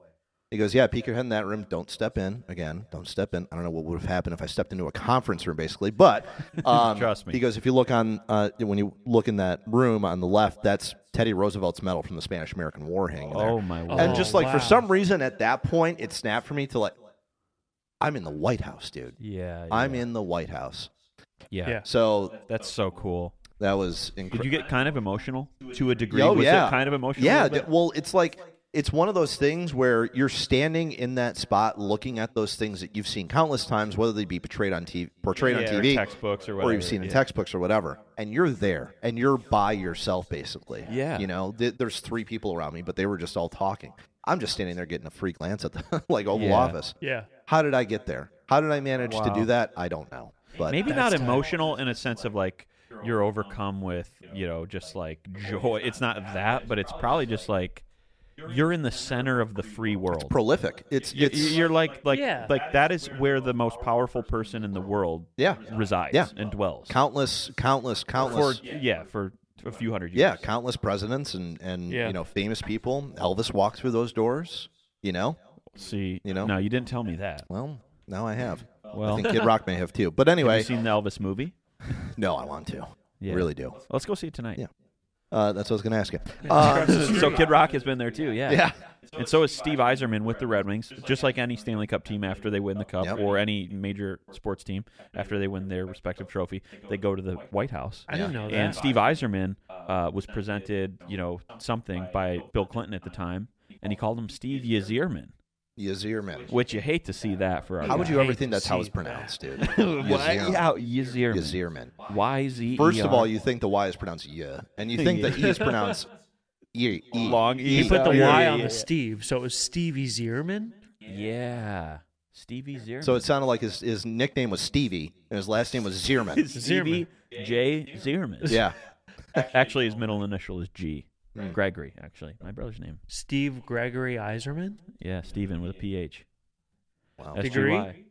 He goes, yeah. Peek your head in that room. Don't step in again. Don't step in. I don't know what would have happened if I stepped into a conference room, basically. But um, Trust me. He goes, if you look on uh, when you look in that room on the left, that's Teddy Roosevelt's medal from the Spanish American War hanging there. Oh my word. And Oh, just like for wow. some reason at that point, it snapped for me to like, I'm in the White House, dude. yeah, I'm in the White House. Yeah. Yeah. So That's so cool. that was incredible. Did you get kind of emotional to a degree? Oh, Was yeah. it kind of emotional? a Yeah, little th- bit? well, it's like it's one of those things where you're standing in that spot, looking at those things that you've seen countless times, whether they be portrayed on TV, portrayed Yeah, on or TV, textbooks or or whatever. you've seen in yeah. textbooks or whatever, and you're there, and you're by yourself, basically. Yeah. you know, th- there's three people around me, but they were just all talking. I'm just standing there getting a free glance at the like Oval Yeah. Office. Yeah. How did I get there? How did I manage to do that? I don't know. But Maybe That's not tight. emotional in a sense of like you're overcome with, you know, just like joy. It's not that, but it's probably just like you're in the center of the free world. prolific. It's You- it's You're like like Yeah. like that is where the most powerful person in the world yeah, resides Yeah. and dwells. countless, countless, For countless. yeah, for a few hundred years. Yeah, countless presidents and and Yeah. you know famous people. Elvis walked through those doors. You know, See, You know? no, you didn't tell me that. well now I have. I Well, think Kid Rock may have too. But have you anyway, seen the Elvis movie? no, I want to. Yeah. Really do. Let's go see it tonight. Yeah. Uh, that's what I was going to ask you. Uh, so Kid Rock has been there too, yeah. yeah, And so is Steve Eiserman with the Red Wings, just like any Stanley Cup team after they win the cup Yep. or any major sports team after they win their respective trophy, they go to the White House. I didn't know that. And Steve Eiserman uh, was presented, you know, something by Bill Clinton at the time, and he called him Steve Yazirman, Yazirman. which you hate to see that for our How would you I ever hate think to that's how see it's pronounced, dude? Why? Yazirman. Yeah, Yazirman. Yazirman. Y-Z-E-R. First of all, you think the Y is pronounced yeah, and you think the E is pronounced E. e. Long E. You put the Yeah, Y yeah, on yeah. the Steve, so it was Stevie Zierman. Yeah. Stevie Zierman. So it sounded like his, his nickname was Stevie, and his last name was Zierman. Stevie J. Zierman. yeah. Hmm. Actually, his middle initial is G. Gregory, actually. My brother's name. Steve Gregory Eiserman, Yeah, Stephen with a PH. Wow. S-G-Y. Degree?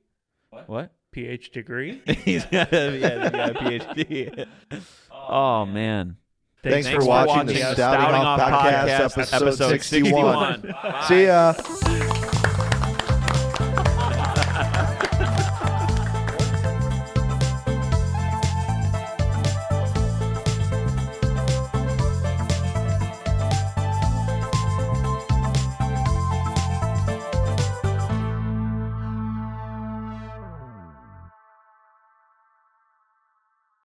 What? PH degree. He's got a, yeah, he got a PhD. oh, man. Thanks, Thanks for for watching, watching the us. Stouting Stouting Off Off podcast, Podcast, episode, episode 61. 61. See ya.